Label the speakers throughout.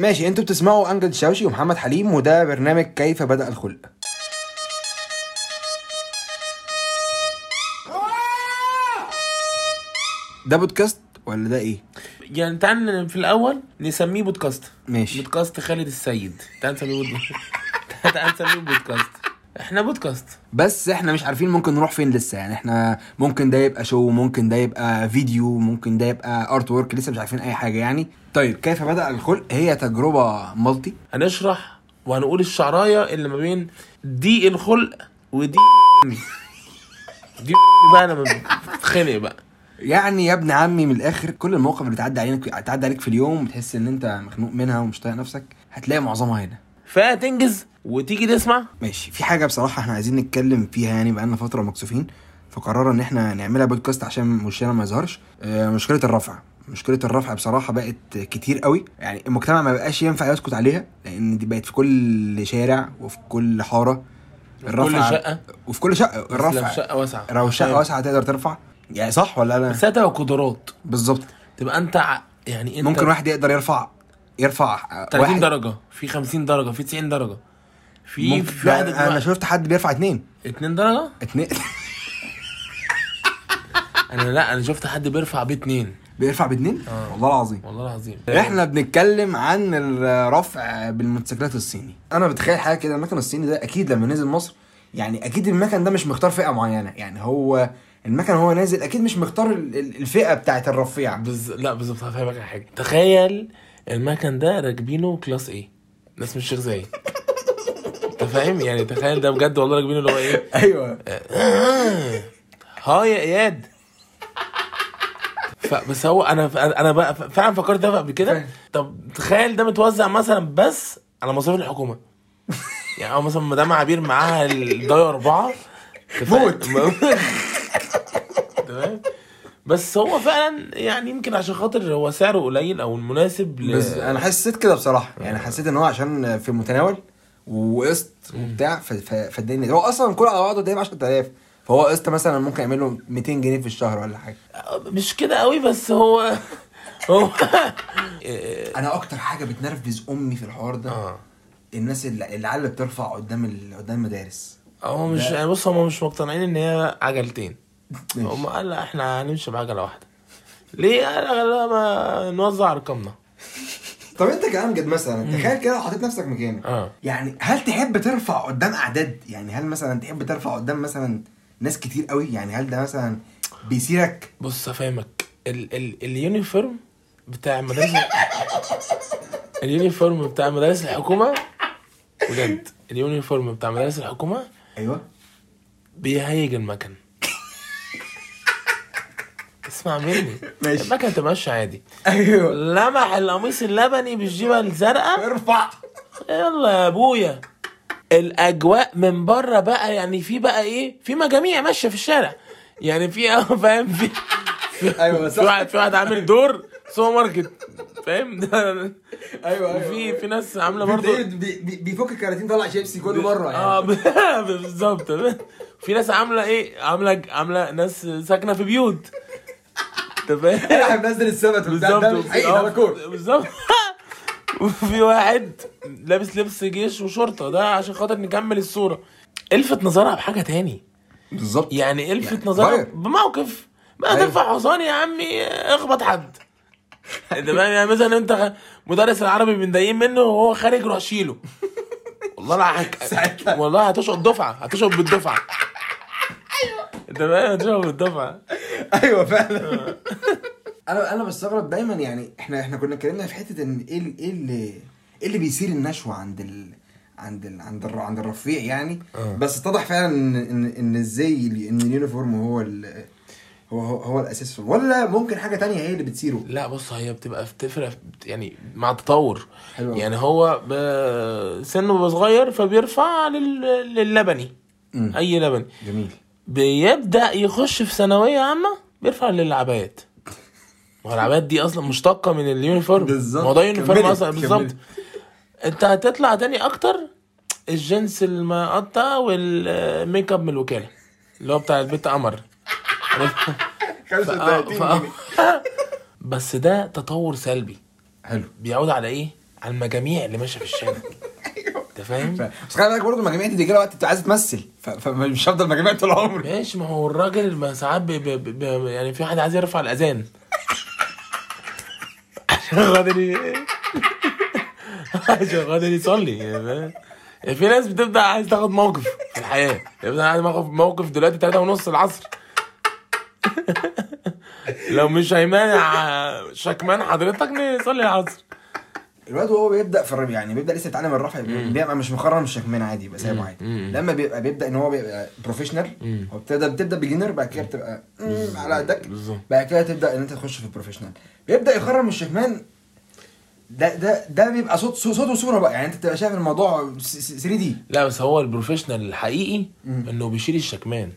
Speaker 1: ماشي انتوا بتسمعوا انجل شاوشي ومحمد حليم وده برنامج كيف بدأ الخلق ده بودكاست ولا ده ايه؟
Speaker 2: يعني تعال في الاول نسميه بودكاست
Speaker 1: ماشي.
Speaker 2: بودكاست خالد السيد تعال نسميه بودكاست تعال نسميه بودكاست احنا بودكاست
Speaker 1: بس احنا مش عارفين ممكن نروح فين لسه يعني احنا ممكن ده يبقى شو ممكن ده يبقى فيديو ممكن ده يبقى ارت وورك لسه مش عارفين اي حاجه يعني طيب كيف بدأ الخلق هي تجربه مالتي
Speaker 2: هنشرح وهنقول الشعرايه اللي ما بين دي الخلق ودي أمي. دي أمي بقى انا بتخنق إيه بقى
Speaker 1: يعني يا ابن عمي من الاخر كل المواقف اللي بتعدي عليك بتعدي عليك في اليوم بتحس ان انت مخنوق منها ومش طايق نفسك هتلاقي معظمها هنا
Speaker 2: فهتنجز وتيجي تسمع
Speaker 1: ماشي في حاجه بصراحه احنا عايزين نتكلم فيها يعني بقالنا فتره مكسوفين فقررنا ان احنا نعملها بودكاست عشان مشكلنا ما يظهرش آه، مشكله الرفع مشكله الرفع بصراحه بقت كتير قوي يعني المجتمع ما بقاش ينفع يسكت عليها لان دي بقت في كل شارع وفي كل حاره الرفع
Speaker 2: كل شقة.
Speaker 1: وفي كل شقه
Speaker 2: لو
Speaker 1: الرفع
Speaker 2: شقه واسعه
Speaker 1: لو شقه واسعه تقدر ترفع يعني صح ولا انا
Speaker 2: ساتا طيب. وقدرات
Speaker 1: بالظبط
Speaker 2: تبقى انت ع- يعني انت
Speaker 1: ممكن واحد يقدر يرفع يرفع آه،
Speaker 2: 30
Speaker 1: واحد
Speaker 2: درجه في 50 درجه في 90 درجه في
Speaker 1: ممكن-
Speaker 2: في
Speaker 1: لا،
Speaker 2: واحد
Speaker 1: انا
Speaker 2: دلوقتي-
Speaker 1: شفت حد بيرفع اتنين
Speaker 2: اتنين درجه
Speaker 1: اتنين
Speaker 2: انا لا انا شفت حد بيرفع باتنين
Speaker 1: بيرفع باتنين
Speaker 2: آه.
Speaker 1: والله العظيم
Speaker 2: والله العظيم
Speaker 1: احنا بنتكلم عن الرفع بالموتوسيكلات الصيني انا بتخيل حاجه كده المكن الصيني ده اكيد لما نزل مصر يعني اكيد المكن ده مش مختار فئه معينه يعني هو المكن هو نازل اكيد مش مختار ال- ال- الفئه بتاعت الرفيع
Speaker 2: بز... لا بالظبط هفهمك على حاجه تخيل المكن ده راكبينه كلاس ايه ناس من الشيخ زايد انت فاهم يعني تخيل ده بجد والله راكبينه اللي هو ايه
Speaker 1: ايوه
Speaker 2: ها يا اياد ف... بس هو انا انا بقى فعلا فكرت ده قبل كده
Speaker 1: فاهم.
Speaker 2: طب تخيل ده متوزع مثلا بس على مصاريف الحكومه يعني او مثلا مدام عبير معاها الداية اربعه
Speaker 1: موت.
Speaker 2: تمام بس هو فعلا يعني يمكن عشان خاطر هو سعره قليل او المناسب ل...
Speaker 1: بس انا حسيت كده بصراحه يعني حسيت ان هو عشان في المتناول وقسط وبتاع ف- ف- فالدنيا هو اصلا كله على بعضه تقريبا 10000 فهو قسط مثلا ممكن يعمل له 200 جنيه في الشهر ولا حاجه
Speaker 2: مش كده قوي بس هو هو
Speaker 1: انا اكتر حاجه بتنرفز امي في الحوار ده
Speaker 2: اه
Speaker 1: الناس اللي العيال اللي بترفع قدام ال... قدام المدارس
Speaker 2: هو مش يعني بص هم مش مقتنعين ان هي عجلتين
Speaker 1: ماشي.
Speaker 2: هم قال لا احنا هنمشي بعجله واحده ليه قال لا ما نوزع ارقامنا
Speaker 1: طب انت كامجد مثلا تخيل كده لو حطيت نفسك مكاني
Speaker 2: اه.
Speaker 1: يعني هل تحب ترفع قدام اعداد يعني هل مثلا تحب ترفع قدام مثلا ناس كتير قوي يعني هل ده مثلا بيثيرك
Speaker 2: بص افهمك ال ال اليونيفورم بتاع مدارس اليونيفورم بتاع مدارس الحكومه بجد اليونيفورم بتاع مدارس الحكومه
Speaker 1: ايوه
Speaker 2: بيهيج المكن اسمع مني
Speaker 1: ماشي.
Speaker 2: المكن تمشي عادي أيوه.
Speaker 1: ايوه
Speaker 2: لمح القميص اللبني بالجبهه الزرقاء
Speaker 1: ارفع
Speaker 2: يلا يا ابويا الاجواء من بره بقى يعني في بقى ايه في مجاميع ماشيه في الشارع يعني في اه فاهم في في-
Speaker 1: أيوة،
Speaker 2: في
Speaker 1: صح.
Speaker 2: واحد في واحد عامل دور سوبر ماركت فاهم
Speaker 1: ايوه
Speaker 2: في في ناس عامله برضه
Speaker 1: برضه بيفك الكراتين طلع شيبسي كل مره
Speaker 2: اه
Speaker 1: يعني
Speaker 2: ب- بالظبط في ناس عامله ايه عامله عامله ناس ساكنه في بيوت انت فاهم
Speaker 1: راح منزل السبت وبتاع ده مش
Speaker 2: وفي-
Speaker 1: حقيقي
Speaker 2: آه،
Speaker 1: ده كور
Speaker 2: بالظبط وفي واحد لابس لبس جيش وشرطه ده عشان خاطر نكمل الصوره الفت نظرها بحاجه تاني
Speaker 1: بالظبط
Speaker 2: يعني الفت
Speaker 1: يعني
Speaker 2: نظرها
Speaker 1: غير.
Speaker 2: بموقف ما
Speaker 1: أيوة.
Speaker 2: ترفع حصان يا عمي اخبط حد انت فاهم يعني مثلا انت خ- مدرس العربي متضايقين منه وهو خارج روح شيله والله لا هك...
Speaker 1: ساعتها.
Speaker 2: والله هتشقط دفعه هتشقط بالدفعه
Speaker 1: أيوه.
Speaker 2: ايوه انت فاهم هتشقط بالدفعه
Speaker 1: ايوه فعلا انا انا بستغرب دايما يعني احنا احنا كنا اتكلمنا في حته ان ايه ال- ايه اللي ايه اللي بيثير النشوه عند ال عند ال عند ال عند الرفيع يعني
Speaker 2: آه.
Speaker 1: بس اتضح فعلا ان ان ان ازاي ال- ان اليونيفورم هو ال هو هو, هو الاساس في ولا ممكن حاجه تانية هي اللي بتثيره
Speaker 2: لا بص هي بتبقى بتفرق يعني مع التطور
Speaker 1: حلو أوي.
Speaker 2: يعني هو ب- سنه بيبقى صغير فبيرفع لل- للبني
Speaker 1: مم.
Speaker 2: اي لبني
Speaker 1: جميل
Speaker 2: بيبدا يخش في ثانويه عامه بيرفع للعبايات ما هو العبايات دي اصلا مشتقه من اليونيفورم
Speaker 1: بالظبط.
Speaker 2: ما هو ده يونيفورم
Speaker 1: كملت،
Speaker 2: اصلا بالظبط
Speaker 1: كملت.
Speaker 2: انت هتطلع تاني اكتر الجنس المقطع والميك اب من الوكاله اللي هو بتاع البنت قمر ف-
Speaker 1: 35 جنيه
Speaker 2: آه، بس ده تطور سلبي
Speaker 1: حلو
Speaker 2: بيعود على ايه؟ على المجاميع اللي ماشيه في الشارع انت فاهم
Speaker 1: ف- بس خلي بالك برضه المجاميع دي جايه وقت بتبقى عايز تمثل ف- فمش هفضل مجاميع طول عمري
Speaker 2: ماشي ما هو الراجل ما ساعات بي بي بي يعني في واحد عايز يرفع الاذان عشان خاطر ي- عشان خاطر يصلي يعني فاهم؟ يعني في ناس بتبدا عايز تاخد موقف في الحياه يعني انا عايز موقف موقف دلوقتي 3 ونص العصر لو مش هيمانع شكمان حضرتك نصلي العصر
Speaker 1: الواد وهو بيبدا في الرب يعني بيبدا لسه بيتعلم الرفع بيبقى مش مخرم مش شكمان عادي يبقى سايبه عادي
Speaker 2: مم.
Speaker 1: لما بيبقى بيبدا ان هو بيبقى بروفيشنال هو بتبدا بتبدا بيجنر بعد كده بتبقى مم، على قدك
Speaker 2: بالظبط
Speaker 1: بعد كده تبدا ان انت تخش في البروفيشنال بيبدا يخرم الشكمان ده ده ده بيبقى صوت صوت صوت وصوره بقى يعني انت بتبقى شايف الموضوع 3 دي
Speaker 2: لا بس هو البروفيشنال الحقيقي
Speaker 1: مم.
Speaker 2: انه بيشيل الشكمان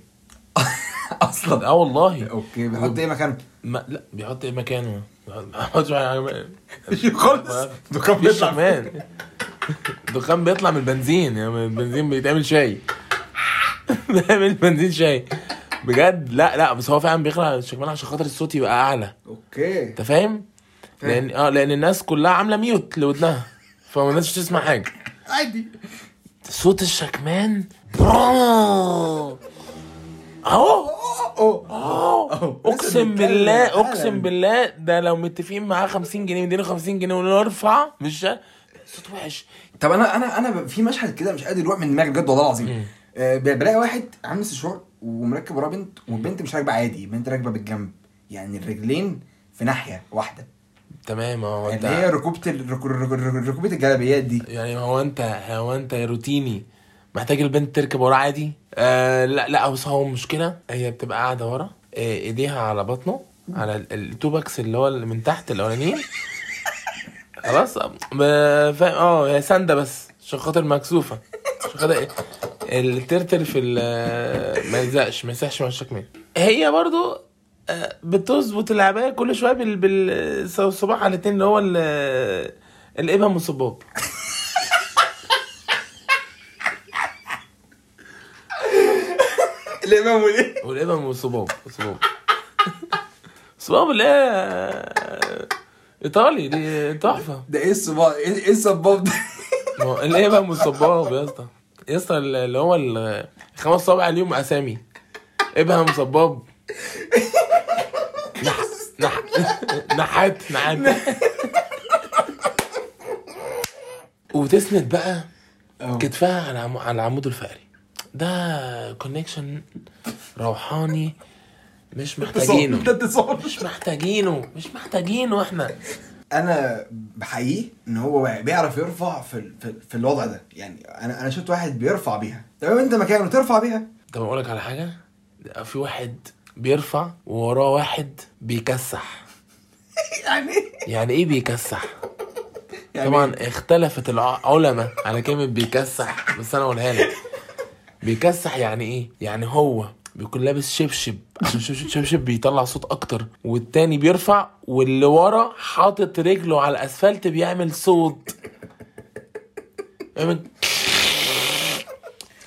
Speaker 1: اصلا
Speaker 2: اه والله
Speaker 1: اوكي بيحط ايه مكانه
Speaker 2: ما لا بيحط ايه مكانه ما حطش حاجه
Speaker 1: خالص دكان
Speaker 2: مفيش
Speaker 1: بيطلع
Speaker 2: كمان الدخان بيطلع من البنزين يعني من البنزين بيتعمل شاي بيعمل بنزين شاي بجد لا لا بس هو فعلا بيخلع الشكمان عشان خاطر الصوت يبقى اعلى
Speaker 1: اوكي
Speaker 2: انت فاهم؟
Speaker 1: فاهم.
Speaker 2: لان اه لان الناس كلها عامله ميوت لودنها فما الناس مش تسمع حاجه
Speaker 1: عادي
Speaker 2: صوت الشكمان برو. اهو
Speaker 1: اوه
Speaker 2: اه
Speaker 1: لسه
Speaker 2: اقسم
Speaker 1: بنتكلم
Speaker 2: بالله
Speaker 1: فعلا.
Speaker 2: اقسم بالله ده لو متفقين معاه 50 جنيه مدينه 50 جنيه ونرفع مش صوت وحش
Speaker 1: طب انا انا انا ب- في مشهد كده مش قادر يروح من دماغي بجد والله
Speaker 2: مم.
Speaker 1: العظيم آه، ب- بلاقي واحد عامل استشوار ومركب وراه بنت والبنت مش راكبه عادي البنت راكبه بالجنب يعني الرجلين في ناحيه واحده
Speaker 2: تمام هو
Speaker 1: اللي يعني هي
Speaker 2: انت
Speaker 1: ركوبه ال- ركو- ركو- ركو- ركوبه الجلابيات دي
Speaker 2: يعني هو انت هو انت روتيني محتاج البنت تركب وراه عادي آه لا لا بس هو المشكله هي بتبقى قاعده ورا آه ايديها على بطنه على ال- التوبكس اللي هو اللي من تحت الاولانيين خلاص آه، ب- فاهم اه هي سانده بس عشان خاطر مكسوفه عشان خاطر الترتر في ال- آه، ما يلزقش ما يسحش مع الشكمان هي برضو آه، بتظبط العبايه كل شويه بال بالصباع على الاتنين اللي هو ال- آه، الابهام والصباب
Speaker 1: الامام وليه
Speaker 2: والابهام والصباب الصباب الصباب اللي هي ايطالي آه، دي تحفه
Speaker 1: ده ايه الصباع ايه إيه الصباب ده
Speaker 2: ما هو الابهام والصباب يا اسطى يا اسطى اللي هو ال- الخمس صوابع ليهم اسامي ابهم صباب نح... نح... نحات نحات وتسند بقى كتفها على عم... على العمود الفقري ده كونكشن روحاني مش محتاجينه
Speaker 1: ده اتصال
Speaker 2: مش محتاجينه مش محتاجينه احنا
Speaker 1: انا بحييه ان هو بيعرف يرفع في ال- في, ال- في الوضع ده يعني انا انا شفت واحد بيرفع بيها تمام انت مكانه ترفع بيها
Speaker 2: طب اقول لك على حاجه في واحد بيرفع ووراه واحد بيكسح
Speaker 1: يعني
Speaker 2: يعني ايه بيكسح
Speaker 1: يعني
Speaker 2: طبعا اختلفت العلماء على كلمه بيكسح بس انا اقولها لك بيكسح يعني ايه يعني هو بيكون لابس شبشب عشان شبشب, شبشب بيطلع صوت اكتر والتاني بيرفع واللي ورا حاطط رجله على الاسفلت بيعمل صوت بيعمل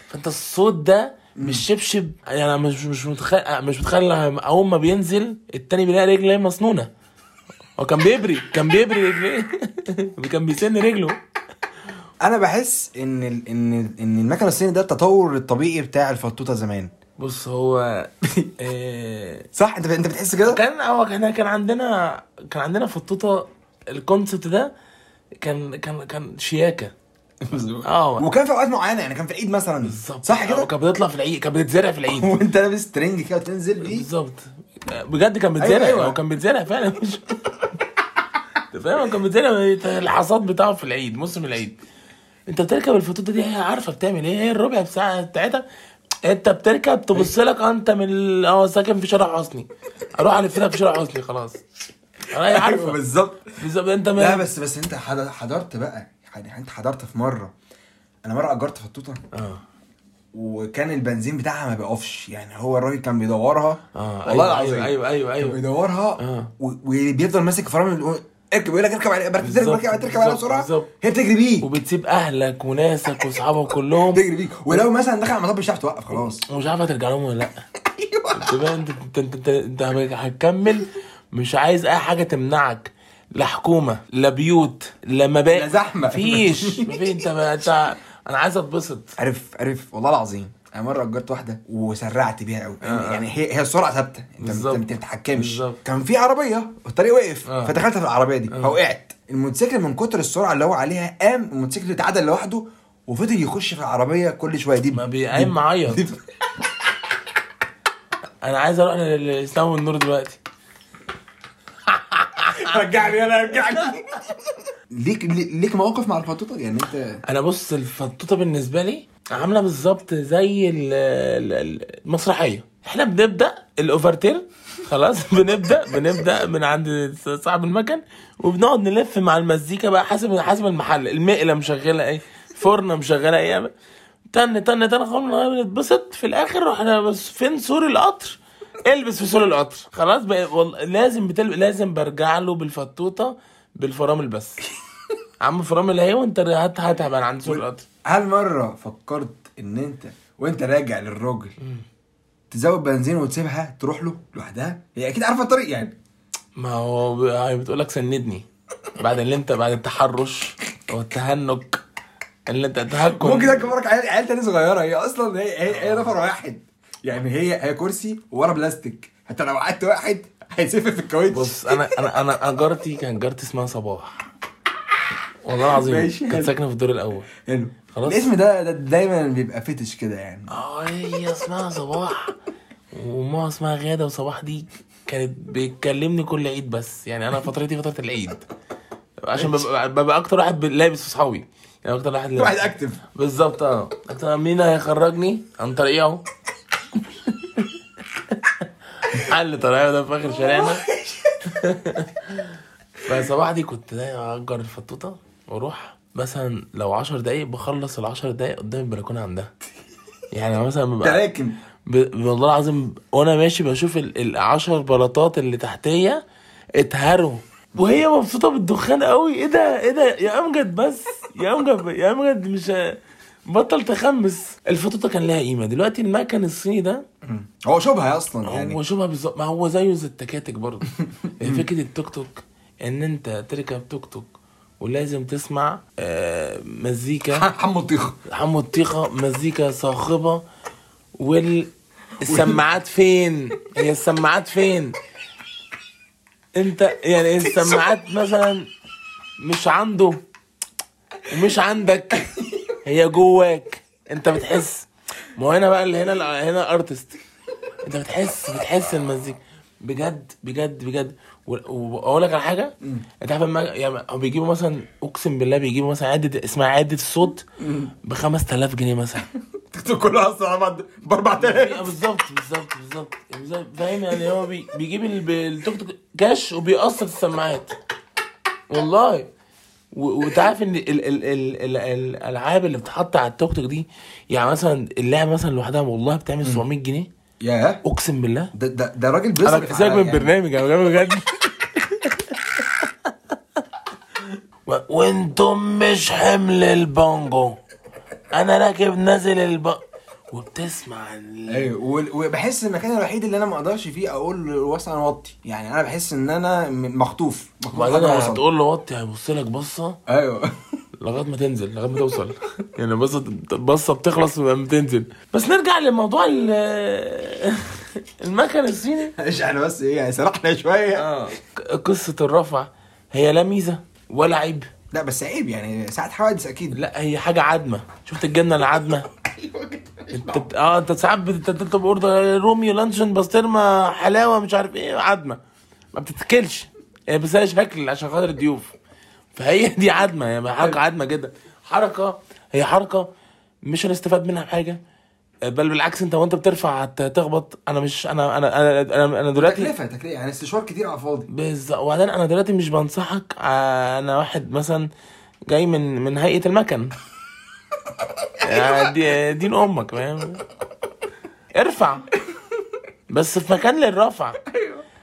Speaker 2: فانت الصوت ده مش شبشب يعني انا مش مش متخيل مش متخيل اول ما بينزل التاني بيلاقي رجليه مسنونه هو كان بيبري كان بيبري رجليه كان بيسن رجله
Speaker 1: انا بحس ان ال... ان ال... ان المكنه الصيني ده التطور الطبيعي بتاع الفطوطه زمان
Speaker 2: بص هو آه،
Speaker 1: صح انت انت بتحس كده
Speaker 2: كان هو احنا كان عندنا كان عندنا في التوته الكونسبت ده كان كان كان شياكه اه
Speaker 1: وكان في اوقات معينه يعني كان في العيد مثلا
Speaker 2: بالظبط
Speaker 1: صح
Speaker 2: آه،
Speaker 1: كده
Speaker 2: كانت بتطلع في العيد كانت بتتزرع في العيد
Speaker 1: وانت لابس ترنج كده وتنزل بيه
Speaker 2: بالظبط آه، بجد كان بتزرع
Speaker 1: أيوة.
Speaker 2: هو كان بتزرع فعلا مش انت فاهم هو كان بتزرع الحصاد بتاعه في العيد موسم العيد انت بتركب الفتوته دي هي عارفه بتعمل ايه هي الربع ساعه بتاعتها انت بتركب تبص
Speaker 1: أيوة.
Speaker 2: لك انت من ال- اه ساكن في شارع حسني اروح الف لك في شارع حسني خلاص انا هي عارفه
Speaker 1: بالظبط
Speaker 2: بالظبط انت من...
Speaker 1: أيوة، لا بس بس انت حض- حضرت بقى يعني انت حضرت في مره انا مره اجرت فطوطه
Speaker 2: اه
Speaker 1: وكان البنزين بتاعها ما بيقفش يعني هو الراجل كان بيدورها
Speaker 2: اه
Speaker 1: والله
Speaker 2: أيوة،
Speaker 1: العظيم
Speaker 2: ايوه ايوه
Speaker 1: كان
Speaker 2: ايوه ايوه
Speaker 1: بيدورها
Speaker 2: آه.
Speaker 1: و- وبيفضل ماسك فرامل يقول- اركب يقول إيه، لك اركب عليها بركب تركب
Speaker 2: بالظبط،
Speaker 1: بركب عليها، تركب عليها
Speaker 2: بالظبط،
Speaker 1: بسرعه
Speaker 2: بالظبط.
Speaker 1: هي بتجري بيه
Speaker 2: وبتسيب اهلك وناسك واصحابك كلهم
Speaker 1: بتجري بيه ولو مثلا دخل على مطب مش هتعرف توقف خلاص
Speaker 2: ومش عارف هترجع لهم ولا لا
Speaker 1: ايوه
Speaker 2: أيوة. انت بقى انت انت انت, انت, انت هتكمل مش عايز اي حاجه تمنعك لا حكومه لا بيوت لا مباني
Speaker 1: لا زحمة.
Speaker 2: مفيش مفيش انت انت انا عايز اتبسط
Speaker 1: عارف عارف والله العظيم انا مره اجرت واحده وسرعت بيها قوي
Speaker 2: آه.
Speaker 1: يعني هي هي السرعه ثابته انت
Speaker 2: بالظبط.
Speaker 1: ما بتتحكمش
Speaker 2: بالظبط.
Speaker 1: كان في عربيه والطريق واقف
Speaker 2: آه.
Speaker 1: فدخلت في العربيه دي فوقعت الموتوسيكل من كتر السرعه اللي هو عليها قام الموتوسيكل اتعدل لوحده وفضل يخش في العربيه كل شويه دي
Speaker 2: ما بيقيم معيط
Speaker 1: دي-
Speaker 2: انا عايز اروح للاسلام والنور دلوقتي
Speaker 1: رجعني انا رجعني ليك ليك مواقف مع الفطوطه يعني انت
Speaker 2: انا بص الفطوطه بالنسبه لي عامله بالظبط زي ال- ال- ال- المسرحيه احنا بنبدا الاوفرتير خلاص بنبدا بنبدا من عند صاحب المكن وبنقعد نلف مع المزيكا بقى حسب حسب المحل المقله مشغله ايه فرنه مشغله ايه تن تن تن خلاص نتبسط في الاخر رحنا بس فين سور القطر البس في سور القطر خلاص بقى والله لازم بتل... لازم برجع له بالفطوطه بالفرامل بس عم فرامل اهي وانت هات هات من عند سوق القطر
Speaker 1: هل مره فكرت ان انت وانت راجع للراجل تزود بنزين وتسيبها تروح له لوحدها هي اكيد عارفه الطريق يعني
Speaker 2: ما هو ب- هي بتقول لك سندني بعد اللي انت بعد التحرش والتهنك اللي انت تهكم
Speaker 1: ممكن اكبر وراك عيال عيال تاني صغيره هي اصلا هي هي,
Speaker 2: آه.
Speaker 1: هي نفر واحد يعني هي هي كرسي ورا بلاستيك حتى لو قعدت واحد هيسفل في الكاوتش
Speaker 2: بص انا انا انا انا جارتي كان جارتي اسمها صباح والله العظيم
Speaker 1: ماشي، حلو.
Speaker 2: كانت ساكنه في الدور الاول
Speaker 1: حلو
Speaker 2: خلاص.
Speaker 1: الاسم ده, ده دايما بيبقى فتش كده يعني
Speaker 2: اه هي اسمها صباح وامها اسمها غاده وصباح دي كانت بتكلمني كل عيد بس يعني انا فترتي فتره العيد عشان ببقى, ببقى اكتر واحد لابس اصحابي يعني اكتر واحد لابس.
Speaker 1: واحد اكتف
Speaker 2: بالظبط اه طب مين هيخرجني عن طريقي اهو حل طريقه ده في اخر شارعنا فصباح دي كنت دايما اجر الفطوطه واروح مثلا لو 10 دقايق بخلص ال 10 دقايق قدام البلكونه عندها يعني مثلا ببقى
Speaker 1: تراكم
Speaker 2: ب... والله العظيم وانا ماشي بشوف ال- العشر بلاطات اللي تحتيه اتهروا وهي مبسوطه بالدخان قوي ايه ده ايه ده يا امجد بس يا امجد يا امجد مش ه- بطل تخمس الفطوطه كان لها قيمه دلوقتي المكن الصيني ده
Speaker 1: هو شبهه اصلا
Speaker 2: هو
Speaker 1: يعني
Speaker 2: شبه بالظبط ما هو زيه زي التكاتك برضه فكره التوك توك ان انت تركب توك توك ولازم تسمع آه، مزيكا
Speaker 1: حمو طيخ
Speaker 2: حمو الطيخة مزيكا صاخبة وال السماعات فين؟ هي السماعات فين؟ انت يعني السماعات مثلا مش عنده ومش عندك هي جواك انت بتحس ما هو هنا بقى اللي هنا هنا ارتست انت بتحس بتحس المزيكا بجد بجد بجد و- واقول لك على حاجه انت عارف لما يعني هو بيجيبوا مثلا اقسم بالله بيجيبوا مثلا عده اسمها عده الصوت ب 5000 جنيه مثلا
Speaker 1: تيك توك كله اصلا على بعض ب 4000
Speaker 2: ايوه بالظبط بالظبط بالظبط بالظبط. فاهم يعني هو بي- بيجيب الب- التوك توك كاش وبيقسط السماعات والله و- وانت عارف ان ال- ال- ال- ال- الالعاب اللي بتتحط على التوك توك دي يعني مثلا اللعبه مثلا لوحدها والله بتعمل 700 جنيه
Speaker 1: يا
Speaker 2: اقسم بالله
Speaker 1: ده ده ده راجل
Speaker 2: انا
Speaker 1: بيصرف
Speaker 2: سيبك
Speaker 1: على-
Speaker 2: من
Speaker 1: يعني-
Speaker 2: برنامج انا بجد بجد و- وانتم مش حمل البانجو انا راكب نازل الب وبتسمع ال-
Speaker 1: ايوه وال- وبحس المكان الوحيد اللي انا ما اقدرش فيه اقول للوصل انا وطي يعني انا بحس ان انا م- مخطوف مخطوف
Speaker 2: وبعدين
Speaker 1: لحد ما أوصل.
Speaker 2: هتقول له وطي هيبص لك بصه
Speaker 1: ايوه
Speaker 2: لغايه ما تنزل لغايه ما توصل يعني بصه بصه بتخلص لما تنزل بس نرجع لموضوع ال- المكن الصيني
Speaker 1: معلش احنا بس ايه يعني سرحنا شويه
Speaker 2: ق- قصه الرفع هي لا ميزه ولا عيب
Speaker 1: لا بس عيب يعني ساعات حوادث اكيد
Speaker 2: لا هي حاجه عدمه شفت الجبنه العدمه انت بت... اه انت ساعات بت- بتطلب اوردر روميو لانشون بسطرمه حلاوه مش عارف ايه عدمه ما بتتكلش هي بس هي شكل عشان خاطر الضيوف فهي دي عدمه هي حركه عدمه جدا حركه هي حركه مش هنستفاد منها بحاجه بل بالعكس انت وانت بترفع هت- هتخبط انا مش انا انا انا انا, أنا دلوقتي
Speaker 1: تكلفه تكلفه يعني استشوار كتير على الفاضي
Speaker 2: بالظبط وبعدين انا دلوقتي مش بنصحك آه، انا واحد مثلا جاي من من هيئه المكن آه، دي دين امك فاهم ارفع بس في مكان للرفع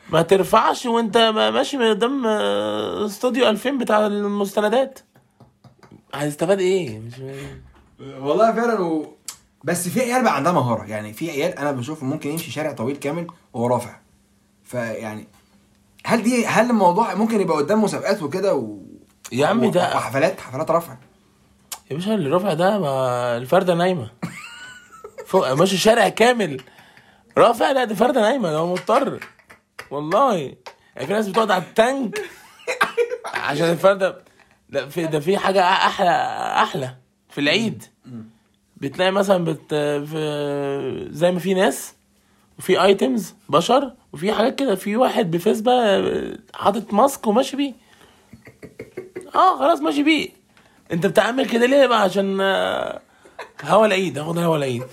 Speaker 2: ما ترفعش وانت ما- ماشي من قدام آه، استوديو 2000 بتاع المستندات هتستفاد ايه مش
Speaker 1: والله فعلا و... بس في عيال بقى عندها مهاره يعني في عيال انا بشوف ممكن يمشي شارع طويل كامل وهو رافع فيعني هل دي هل الموضوع ممكن يبقى قدام مسابقات وكده و...
Speaker 2: يا عم ده-
Speaker 1: وحفلات حفلات رفع
Speaker 2: يا باشا اللي رفع ده ما الفرده نايمه فوق ماشي شارع كامل رافع لا دي فرده نايمه ده هو مضطر والله يعني في ناس بتقعد على التانك عشان الفرده لا في ده في حاجه احلى احلى في العيد بتلاقي مثلا بت في زي ما في ناس وفي ايتمز بشر وفي حاجات كده في واحد بفيسبا آه، حاطط ماسك وماشي بيه اه خلاص ماشي بيه انت بتعمل كده ليه بقى عشان آه، هوا العيد هاخد هوا العيد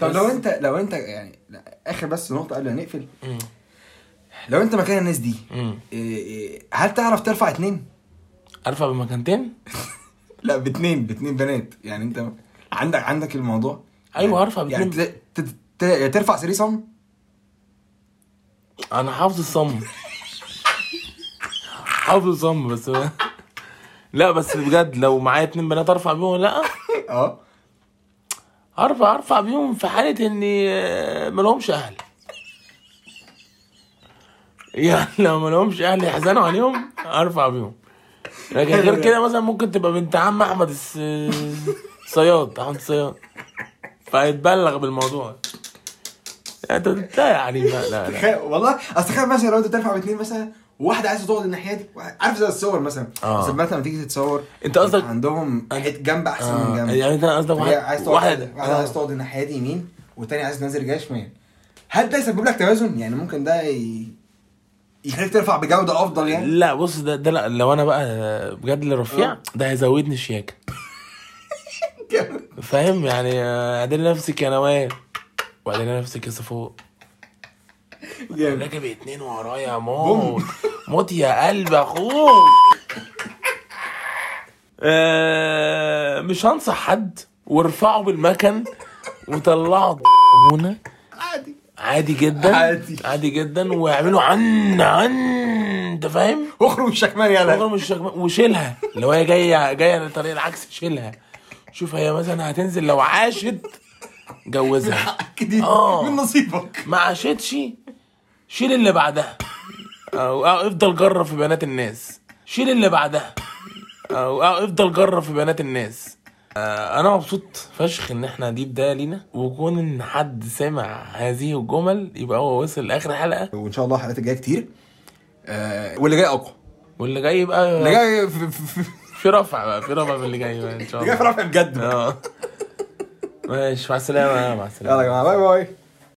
Speaker 1: طب
Speaker 2: بس-
Speaker 1: لو انت لو انت يعني لا، اخر بس نقطه قبل ما نقفل لو انت مكان الناس دي
Speaker 2: مم.
Speaker 1: إيه إيه، هل تعرف ترفع اتنين؟
Speaker 2: ارفع بمكانتين
Speaker 1: لا باتنين باتنين بنات يعني انت عندك عندك الموضوع
Speaker 2: أيوة،
Speaker 1: يعني-
Speaker 2: هرفع
Speaker 1: يعني
Speaker 2: باتنين.
Speaker 1: ت- ت- ت- يا ترفع سري صم
Speaker 2: انا حافظ الصم حافظ الصم بس لا بس بجد لو معايا اتنين بنات ارفع بيهم ولا لا
Speaker 1: اه
Speaker 2: ارفع ارفع بيهم في حاله اني آه، ملهمش اهل يعني لو ملهمش اهل يحزنوا عليهم ارفع بيهم لكن غير كده مثلا ممكن تبقى بنت عم احمد الس- الصياد احمد الصياد فهيتبلغ بالموضوع انت بتتريق عليه لا لا لا
Speaker 1: تخيل والله اصل تخيل مثلا لو انت بترفع باتنين مثلا واحده عايزه تقعد الناحيه دي واحد- عارف زي الصور مثلا
Speaker 2: آه.
Speaker 1: بس البنات لما تيجي تتصور
Speaker 2: انت قصدك-
Speaker 1: عندهم حته جنب احسن من
Speaker 2: آه،
Speaker 1: جنب
Speaker 2: يعني انت قصدك
Speaker 1: هي
Speaker 2: واحد
Speaker 1: عايز تقعد
Speaker 2: واحد
Speaker 1: واحد عايز تقعد الناحيه دي يمين والتاني عايز تنزل رجلها شمال هل ده يسبب لك توازن يعني ممكن ده ي... يخليك ترفع بجوده افضل يعني
Speaker 2: لا بص ده ده لا لو انا بقى بجد لرفيع
Speaker 1: آه.
Speaker 2: ده هيزودني شياكه فاهم يعني آه، اعدلي نفسك يا نوايا واعدلي نفسك يا صفوق
Speaker 1: جامد
Speaker 2: راكب اتنين ورايا يا
Speaker 1: بوم.
Speaker 2: موت موت يا قلب اخوك آه، مش هنصح حد وارفعوا بالمكن وطلعوا هنا
Speaker 1: عادي
Speaker 2: عادي جدا
Speaker 1: عادي.
Speaker 2: عادي جدا واعملوا عن عن انت فاهم
Speaker 1: اخرج شكمان
Speaker 2: اغرب
Speaker 1: يلا
Speaker 2: مش شكمان وشيلها لو هي جايه جايه للطريق العكس شيلها شوف هي مثلا هتنزل لو عاشت جوزها
Speaker 1: دي
Speaker 2: آه.
Speaker 1: من نصيبك
Speaker 2: ما عاشتش شيل اللي بعدها او أو افضل جرب في بنات الناس شيل اللي بعدها او أو افضل جرب في بنات الناس آه، انا مبسوط فشخ ان احنا دي بدايه لينا وكون ان حد سمع هذه الجمل يبقى هو وصل لاخر حلقه
Speaker 1: وان شاء الله الحلقات الجايه كتير آه واللي جاي اقوى
Speaker 2: واللي جاي يبقى
Speaker 1: اللي جاي في في- في-
Speaker 2: في رفع بقى في رفع في اللي جاي بقى ان شاء
Speaker 1: اللي جاي
Speaker 2: الله
Speaker 1: في رفع بجد
Speaker 2: اه ماشي مع السلامه مع السلامه
Speaker 1: يلا يا جماعه باي باي